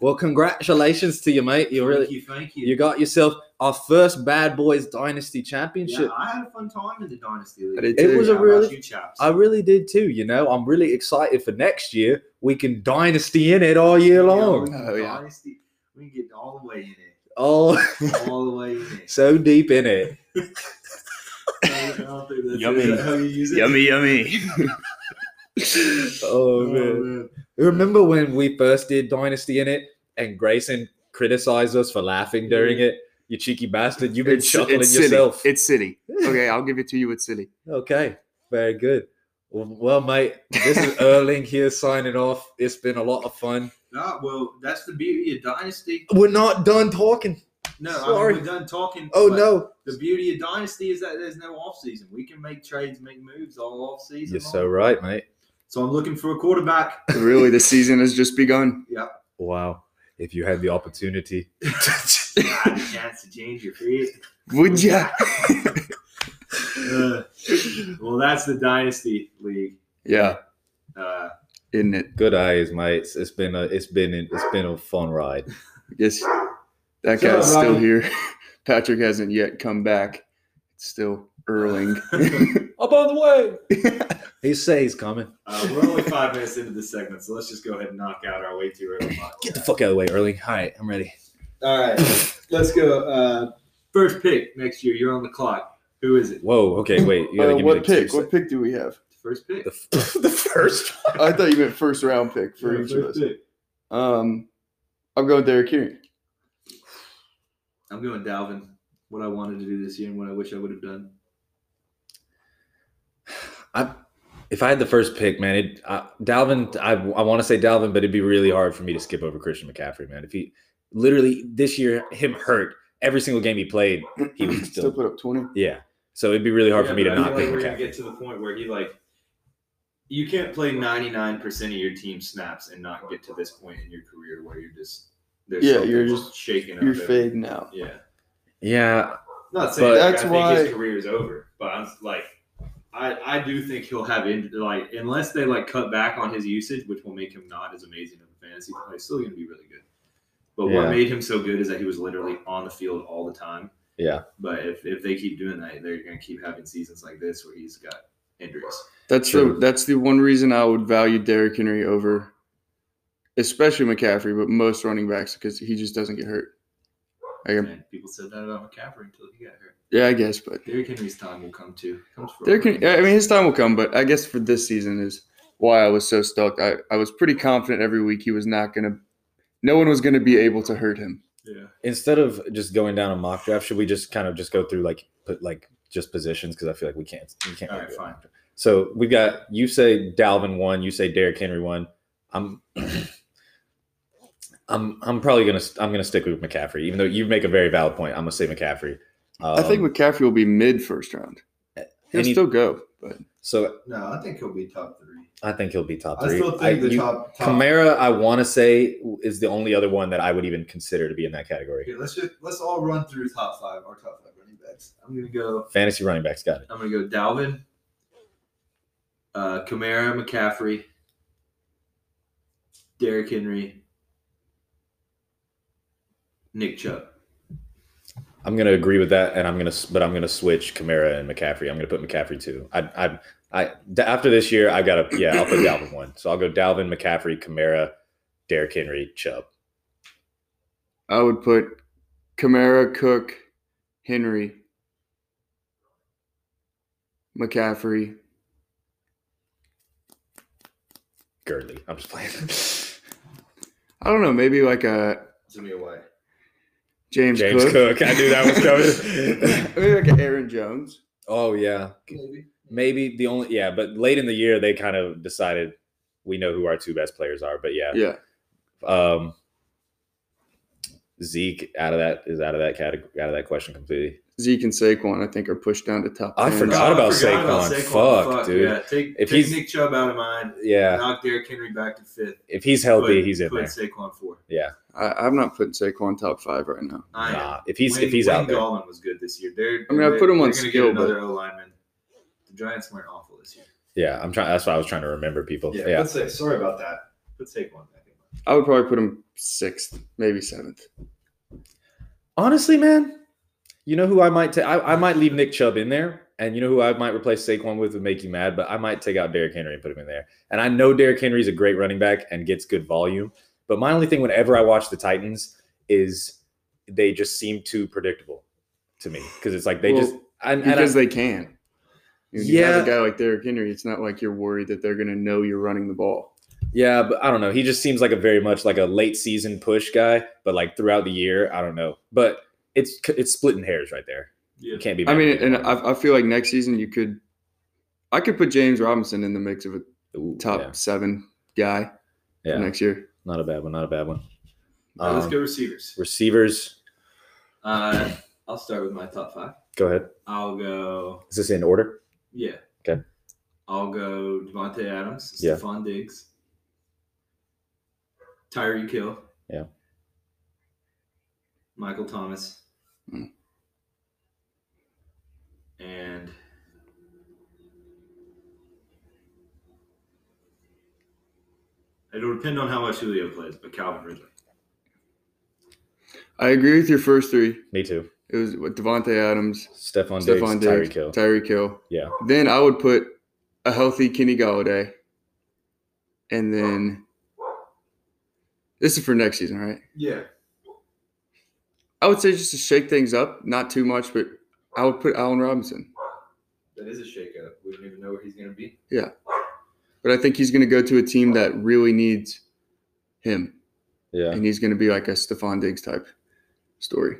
C: well, congratulations to you, mate. You really
A: Thank you, thank you.
C: you got yourself our first Bad Boys Dynasty Championship.
A: yeah, I had a fun time in the Dynasty League.
B: I did
C: It too. was a
A: How about
C: really-
A: you chaps?
C: I really did too, you know. I'm really excited for next year. We can dynasty in it all year
A: we
C: long.
A: can
B: Oh, yeah.
A: Dynasty, we can get all the way in
C: Oh,
A: it. All the way in it.
C: so deep in it.
A: I don't- I don't think that's-
B: Yummy.
A: is that how you use it?
B: yummy, yummy.
C: Oh
A: Oh,
C: man.
A: man.
C: Remember when we first did Dynasty in it and Grayson criticized us for laughing during it? You cheeky bastard. You've been
B: It's,
C: chuckling
B: it's city.
C: yourself.
B: It's city. Okay, I'll give it to you. It's city.
C: Okay, very good. Well, well, mate, this is Erling here signing off. It's been a lot of fun.
A: Nah, Ah, well, that's the beauty of Dynasty.
C: We're not done talking.
A: No, I
C: Sorry.
A: mean, we're done talking.
C: Oh
A: but
C: no.
A: The beauty of Dynasty is that there's no off season. We can make trades, make moves all off season.
C: You're so right, mate.
A: So I'm looking for a quarterback.
B: Really, the season has just begun.
C: Wow. If you had the opportunity.
A: I had a chance to change your career.
B: Would ya?
A: Uh, well, that's the Dynasty League.
B: Yeah,
A: Uh,
B: isn't it?
C: Good eyes, mate. It's been a it's been it's been a fun ride.
B: Yes,
A: Shut
B: that guy's
A: up,
B: still
A: Ryan.
B: here. Patrick hasn't yet come back. It's still Erling.
A: uh,
C: Up on the way. he say he's coming.
A: uh, we're only five minutes into this segment, so let's just go ahead and knock out our way through it.
C: Get the fuck out of the way, Erling. All right, I'm ready.
A: All right, let's go. Uh, first pick next year. You're on the clock. Who is it?
C: Whoa. Okay. Wait. You gotta
B: Uh,
C: give me
B: what
C: the
B: pick?
C: two
B: What pick do we have?
A: First pick.
C: sec- the, f- the first. one.
B: I thought you meant first round pick for
A: Yeah,
B: each of
A: first
B: us.
A: pick.
B: Um, I'm going Derek Kieran.
A: I'm going Dalvin. What I wanted to do this year and what I wish I would have done.
C: I, if I had the first pick, man, it, I, Dalvin. I, I want to say Dalvin, but it'd be really hard for me to skip over Christian McCaffrey, man. If he literally this year, him hurt every single game he played. He was
B: Still
C: still
B: put up 20.
C: yeah. So it'd be really hard for me
A: Yeah,
C: to
A: but I feel
C: not pick
A: like We're gonna
C: McCaffrey.
A: get to the point where he like, you can't play ninety nine percent of your team snaps and not get to this point in your career where you're just there's
B: Yeah,
A: something
B: you're just-
A: shaking. up
B: You're
A: there.
B: fading out.
A: Yeah,
C: yeah,
A: not saying
C: But-
A: that
B: That's
A: I think
B: why-
A: his career is over, but I'm like, I I do think he'll have in, like unless they like cut back on his usage, which will make him not as amazing of a fantasy player. He's still gonna be really good. But
C: Yeah.
A: what made him so good is that he was literally on the field all the time.
C: Yeah.
A: But if, if they keep doing that, they're gonna keep having seasons like this where he's got injuries.
B: That's
C: True.
B: the that's the one reason I would value Derrick Henry over, especially McCaffrey, but most running backs because he just doesn't get hurt. Like, I'm-
A: Man, people said that about McCaffrey until he got hurt.
B: yeah, I guess, but
A: Derrick Henry's time will come too. Comes for
B: Derrick. Henry, I mean, his time will come, but I guess for this season is why I was so stuck. I, I was pretty confident every week he was not gonna, no one was gonna be able to hurt him.
A: yeah.
C: instead of just going down a mock draft, should we just kind of just go through like put like just positions because I feel like we can't we can't.
A: All right,
C: really do it.
A: fine.
C: So we got you say Dalvin one, you say Derrick Henry one. I'm I'm I'm probably gonna I'm gonna stick with McCaffrey, even though you make a very valid point. I'm gonna say McCaffrey. Um,
B: I think McCaffrey will be mid first round. He'll
C: any-
B: still go, but
C: so.
A: No, I think he'll be top three.
C: I think he'll be top
A: I
C: three.
A: still think
C: I-
A: the
C: you-
A: top, top
C: Kamara, I want to say is the only other one that I would even consider to be in that category.
A: Okay, let's just let's all run through top five, our top five running backs. I'm gonna go.
C: Fantasy running backs got it.
A: I'm gonna go Dalvin, uh, Kamara, McCaffrey, Derrick Henry, Nick Chubb.
C: I'm gonna agree with that, and I'm gonna, s- but I'm gonna switch Kamara and McCaffrey. I'm gonna put McCaffrey too. I, I, I d- after this year, I gotta, yeah, I'll put Dalvin one. So I'll go Dalvin, McCaffrey, Kamara, Derrick Henry, Chubb.
B: I would put Kamara, Cook, Henry, McCaffrey.
C: Gurley. I'm just playing.
B: I don't know, maybe like a
A: Send me away.
B: James,
C: James
B: Cook.
C: Cook. I knew that was coming.
B: maybe like an Aaron Jones.
C: oh yeah,
A: Maybe.
C: maybe the only yeah, but late in the year they kind of decided we know who our two best players are. But yeah,
B: Yeah.
C: um, Zeke out of that is out of that category out of that question completely.
B: Zeke and Saquon, I think, are pushed down to top.
C: I
B: 10.
C: forgot
A: No, I
C: about
A: forgot
C: Saquon. Fuck, dude.
A: Yeah, take,
C: If
A: take
C: he's-
A: Nick Chubb out of mine,
C: Yeah,
A: knock Derrick Henry back to fifth.
C: if he's healthy,
A: put-
C: he's in
A: put
C: there.
A: Saquon four.
B: I, I'm not putting Saquon top five right now.
A: I am.
C: Nah, if he's
A: Wayne-
C: if he's
A: Wayne
C: out there,
A: Gallman was good this year. They're,
B: I mean, I
A: they're-
B: put him on
A: they're gonna
B: skill,
A: Get another O lineman. The Giants weren't awful this year.
C: yeah, I'm trying. That's why I was trying to remember people. Yeah,
A: Let's say sorry about that. Put Saquon back. in.
B: I would probably put him sixth, maybe seventh.
C: honestly, man, you know who I might take? I I might leave Nick Chubb in there, and you know who I might replace Saquon with would make you mad, but I might take out Derrick Henry and put him in there. And I know Derrick Henry's a great running back and gets good volume, but my only thing whenever I watch the Titans is they just seem too predictable to me because it's like they
B: Well,
C: just I, and I,
B: Because they can. When you have
C: Yeah.
B: a guy like Derrick Henry, it's not like you're worried that they're going to know you're running the ball.
C: Yeah, but I don't know. He just seems like a very much like a late season push guy, but like throughout the year, I don't know. But it's it's splitting hairs right there.
A: Yeah.
C: You can't be.
B: I
C: mad
B: mean,
C: at
B: and
C: anyone.
B: I, I feel like next season you could, I could put James Robinson in the mix of a
C: Ooh,
B: top
C: Yeah,
B: seven guy for
C: Yeah.
B: next year.
C: not a bad one. Not a bad one.
A: Now let's
C: Um,
A: go receivers.
C: Receivers.
A: Uh, I'll start with my top five.
C: Go ahead.
A: I'll go.
C: Is this in order?
A: Yeah.
C: Okay.
A: I'll go Devonte Adams,
C: Yeah.
A: Stephon Diggs, Tyreek Hill.
C: Yeah.
A: Michael Thomas.
B: Hmm.
A: And it'll depend on how much Julio plays, but Calvin Ridley.
B: I agree with your first three.
C: Me too.
B: It was with Devontae Adams,
C: Stephon Diggs,
B: Stephon Diggs,
C: Tyreek Hill.
B: Tyreek Hill.
C: Yeah.
B: Then I would put a healthy Kenny Galladay. And then this is for next season, right?
A: Yeah.
B: I would say just to shake things up, not too much, but I would put Allen Robinson.
A: That is a shakeup. We don't even know where he's going to be.
B: But I think he's going to go to a team that really needs him.
C: yeah.
B: And he's going to be like a Stephon Diggs type story.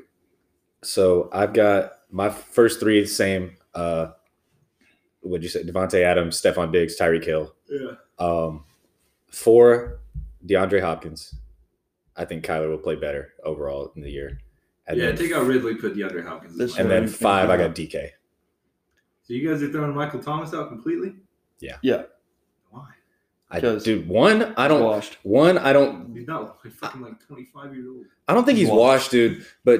C: So I've got my first three same. Uh, what'd you say? Devonte Adams, Stephon Diggs, Tyreek Hill.
A: Yeah.
C: Um, for DeAndre Hopkins, I think Kyler will play better overall in the year. And
A: yeah,
C: then,
A: take out Ridley, put DeAndre Hopkins.
B: That's
A: in
C: and
A: line.
C: then five, I got DK.
A: so you guys are throwing Michael Thomas out completely?
C: Yeah.
B: Yeah.
A: Why?
C: I,
B: Because-
C: dude, one, I don't.
B: washed.
C: One, I don't.
A: He's not like fucking like 25 years old.
C: I don't think he's
B: Washed.
C: washed, dude. But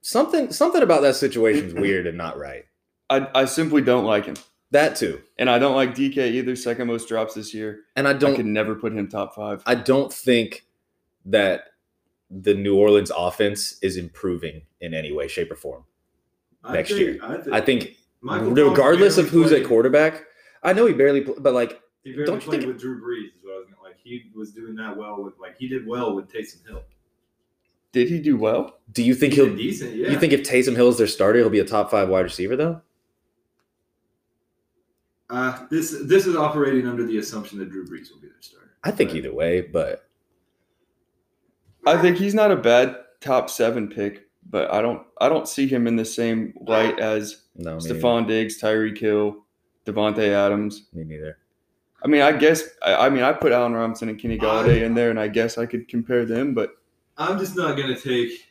C: something, something about that situation's weird and not right.
B: I, I simply don't like him.
C: That too.
B: And I don't like DK either. Second most drops this year.
C: And I
B: I
C: don't.
B: could never put him top five.
C: I don't think that the New Orleans offense is improving in any way, shape, or form. Next year.
A: I think,
C: I think,
A: Thomas
C: regardless of
A: barely
C: who's at
A: played-
C: quarterback, I know he barely, pl- but like
A: He barely
C: don't you
A: played
C: think-
A: with Drew Brees is what I was gonna like. He was doing that well with like he did well with Taysom Hill.
B: Did he do well?
C: Do you think
A: He
C: he'll?
A: did decent, yeah.
C: You think if Taysom Hill is their starter, he'll be a top five wide receiver though?
A: uh, this this is operating under the assumption that Drew Brees will be their starter.
C: I think either way, but
B: I think he's not a bad top seven pick, but I don't I don't see him in the same light as
C: no, me,
B: Stephon Diggs, Tyreek Hill, Devontae Adams.
C: me neither.
B: I mean, I guess I, I mean I put Allen Robinson and Kenny Galladay in there, and I guess I could compare them, but
A: I'm just not gonna take.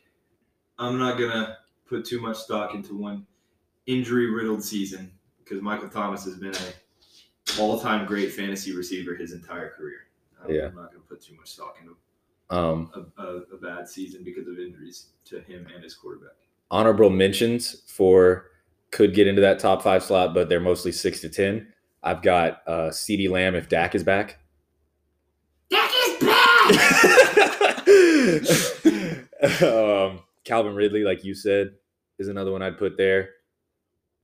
A: I'm not gonna put too much stock into one injury riddled season because Michael Thomas has been a all time great fantasy receiver his entire career. I'm,
C: Yeah.
A: I'm not gonna put too much stock into
C: Um,
A: a, a, a bad season because of injuries to him and his quarterback.
C: honorable mentions for could get into that top five slot, but they're mostly six to ten. I've got uh, C.D. Lamb if Dak is back.
D: That is bad!
C: um, Calvin Ridley, like you said, is another one I'd put there.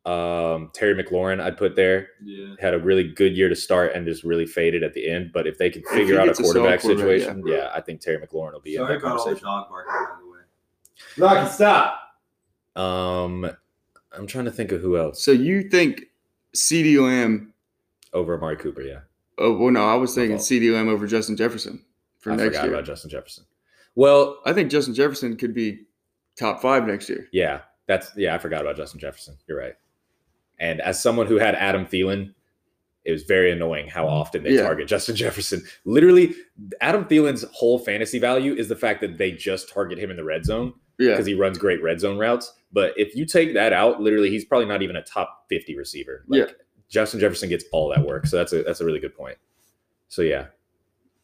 C: Um, Terry McLaurin, I'd put there.
A: Yeah.
C: had a really good year to start and just really faded at the end. But if they can
B: he
C: figure out a
B: gets a solid
C: quarterback,
B: quarterback,
C: situation, yeah. I think Terry McLaurin will be
A: Sorry
C: in that
A: about all the
C: conversation.
A: dog barking, by the way. Rocky, stop.
C: Um, I'm trying to think of who else
B: so you think CD Lamb
C: over Amari Cooper. Yeah,
B: oh well no, I was thinking
C: fault.
B: CD Lamb over Justin Jefferson for
C: I
B: next
C: forgot
B: year.
C: about Justin Jefferson. Well,
B: I think Justin Jefferson could be top five next year.
C: yeah, that's yeah. I forgot about Justin Jefferson. You're right. And as someone who had Adam Thielen, it was very annoying how often they
B: Yeah.
C: target Justin Jefferson. Literally, Adam Thielen's whole fantasy value is the fact that they just target him in the red zone
B: Yeah.
C: because he runs great red zone routes. But if you take that out, literally, he's probably not even a top fifty receiver. Like, Justin Jefferson gets all that work, so that's a that's a really good point. So yeah,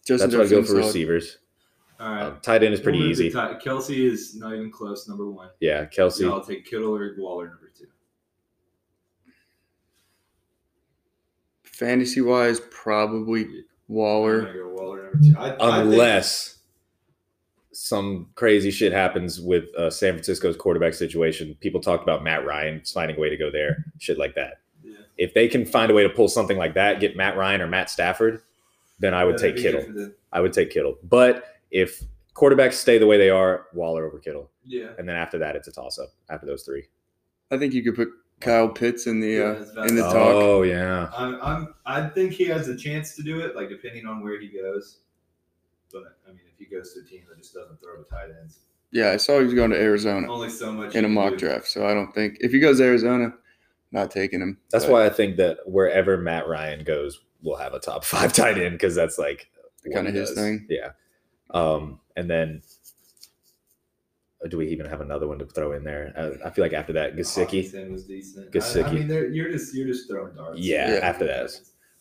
B: Justin
C: that's what I go
B: Jefferson's
C: for
B: solid.
C: receivers.
A: All right.
C: Um, tight end is pretty
A: We'll move to
C: easy.
A: Ty- Kelsey is not even close. Number one.
C: Yeah, Kelsey.
A: So I'll take Kittle or Waller number two.
B: Fantasy wise, probably
A: I'm
B: Waller.
A: gonna go Waller number two. I, I think-
C: unless some crazy shit happens with uh, San Francisco's quarterback situation. People talked about Matt Ryan finding a way to go there, shit like that.
A: Yeah.
C: If they can find a way to pull something like that, get Matt Ryan or Matt Stafford, then I would
A: That'd
C: take
A: be good
C: Kittle.
A: for the-
C: I would take Kittle. But if quarterbacks stay the way they are, Waller over Kittle,
A: Yeah.
C: and then after that, it's a toss up. After those three,
B: I think you could put Kyle Pitts in the
A: Yeah,
B: uh,
A: that's valid.
B: in the
A: Oh.
B: talk.
C: oh yeah,
A: I'm, I'm. I think he has a chance to do it. Like depending on where he goes. But I mean, if he goes to a team that just doesn't throw to tight ends,
B: Yeah, I saw he was going to Arizona
A: only so much you
B: in a
A: can
B: mock
A: do.
B: draft, so I don't think if he goes to Arizona, not taking him.
C: that's
B: But
C: why I think that wherever Matt Ryan goes, we'll have a top five tight end because that's like what
B: Kinda
C: he
B: his thing.
C: Yeah. Um, and then uh, do we even have another one to throw in there? Uh, I, I feel like after that, Gasicki.
A: Hawkinson was decent. I, I
C: Gesicki.
A: mean, they're- you're just you're just throwing darts.
C: Yeah,
B: Yeah.
C: after that.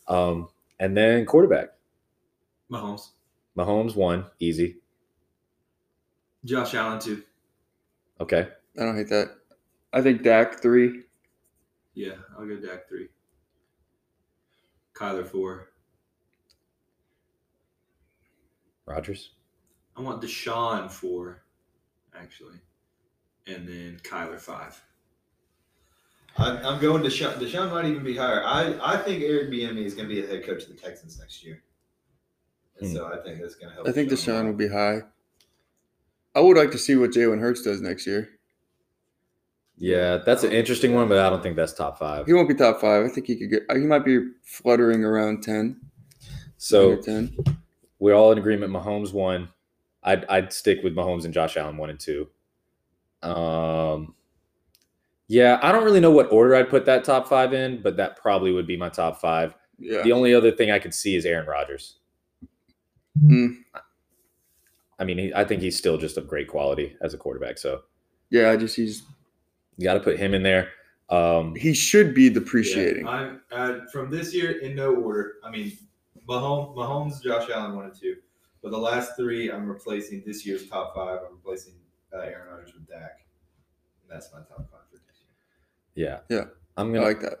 C: Um, and then quarterback.
A: Mahomes,
C: Mahomes one, easy.
A: Josh Allen too.
C: Okay.
B: I don't hate that. I think Dak three.
A: Yeah, I'll go Dak three. Kyler four.
C: Rogers.
A: I want Deshaun four, actually, and then Kyler five. I'm, I'm going Deshaun. Deshaun might even be higher. I, I think Eric Bieniemy is going to be a head coach of the Texans next year, and
C: Hmm.
A: so I think that's going to help.
B: I think Deshaun will be high. I would like to see what Jalen Hurts does next year.
C: Yeah, that's an interesting one, but I don't think that's top five.
B: He won't be top five. I think he could get. uh, He might be fluttering around ten.
C: So
B: under ten.
C: we're all in agreement. Mahomes one. I'd I'd stick with Mahomes and Josh Allen one and two. Um, yeah, I don't really know what order I'd put that top five in, but that probably would be my top five.
B: Yeah.
C: The only other thing I could see is Aaron Rodgers.
B: Hmm.
C: I mean, he, I think he's still just of great quality as a quarterback. So
B: Yeah. I just he's
C: you got to put him in there. Um,
B: he should be depreciating.
A: Yeah, I'm uh, from this year in no order. I mean, Mahomes, Mahomes, Josh Allen one and two, but the last three I'm replacing this year's top five. I'm replacing uh, Aaron Rodgers with Dak, and that's my top five for this year.
C: yeah,
B: Yeah.
C: I'm
B: I
C: gonna
B: like that.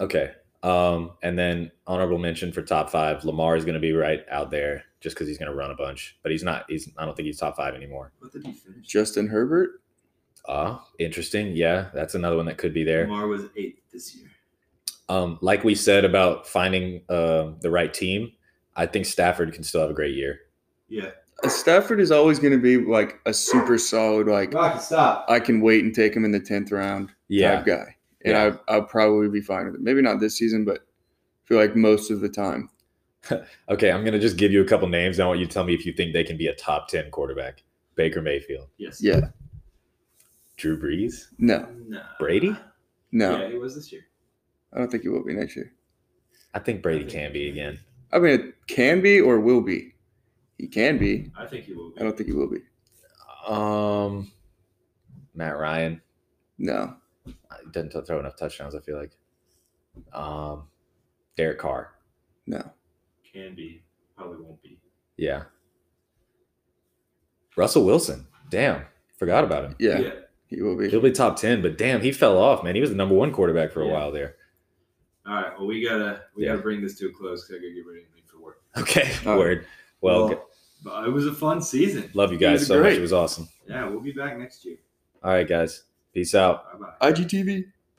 C: okay. Um, and then honorable mention for top five, Lamar is gonna be right out there just because he's gonna run a bunch, but he's not. He's I don't think he's top five anymore.
A: What did he finish?
B: Justin Herbert.
C: Ah, interesting. Yeah, that's another one that could be there.
A: Lamar was eighth this year.
C: Um, like we said about finding um the right team, I think Stafford can still have a great year.
A: Yeah,
B: Uh, Stafford is always going to be like a super solid. Like
A: Rocky, stop.
B: I can wait and take him in the tenth round.
C: Yeah,
B: type guy. And
C: Yeah.
B: I, I'll probably be fine with it. Maybe not this season, but I feel like most of the time.
C: Okay, I'm gonna just give you a couple names. I want you to tell me if you think they can be a top ten quarterback. Baker Mayfield,
A: Yes.
B: Yeah.
C: Drew Brees,
B: No,
A: Nah.
C: Brady.
B: no.
A: Yeah, he was this year.
B: I don't think he will be next year.
C: I think Brady can be again.
B: I mean, it can be or will be. He can be.
A: I think he will. Be.
B: I don't think he will be.
C: Um, Matt Ryan
B: No.
C: uh, doesn't t- throw enough touchdowns. I feel like. Um, Derek Carr.
B: No.
A: Can be. Probably won't be.
C: Yeah. Russell Wilson. Damn, forgot about him.
B: Yeah, he will be.
C: He'll be top ten, but damn, he fell off, man. He was the number one quarterback for a
A: Yeah.
C: while there.
A: All right. Well, we gotta we
C: Yeah.
A: gotta bring this to a close because I gotta get ready and leave for work.
C: Okay,
B: All right.
C: word. Well, g-
A: but it was a fun season.
C: love you
B: It was
C: guys so much.
B: great.
C: It was awesome.
A: Yeah, we'll be back next year.
C: All right, guys. Peace out.
A: Bye bye.
B: IGTV.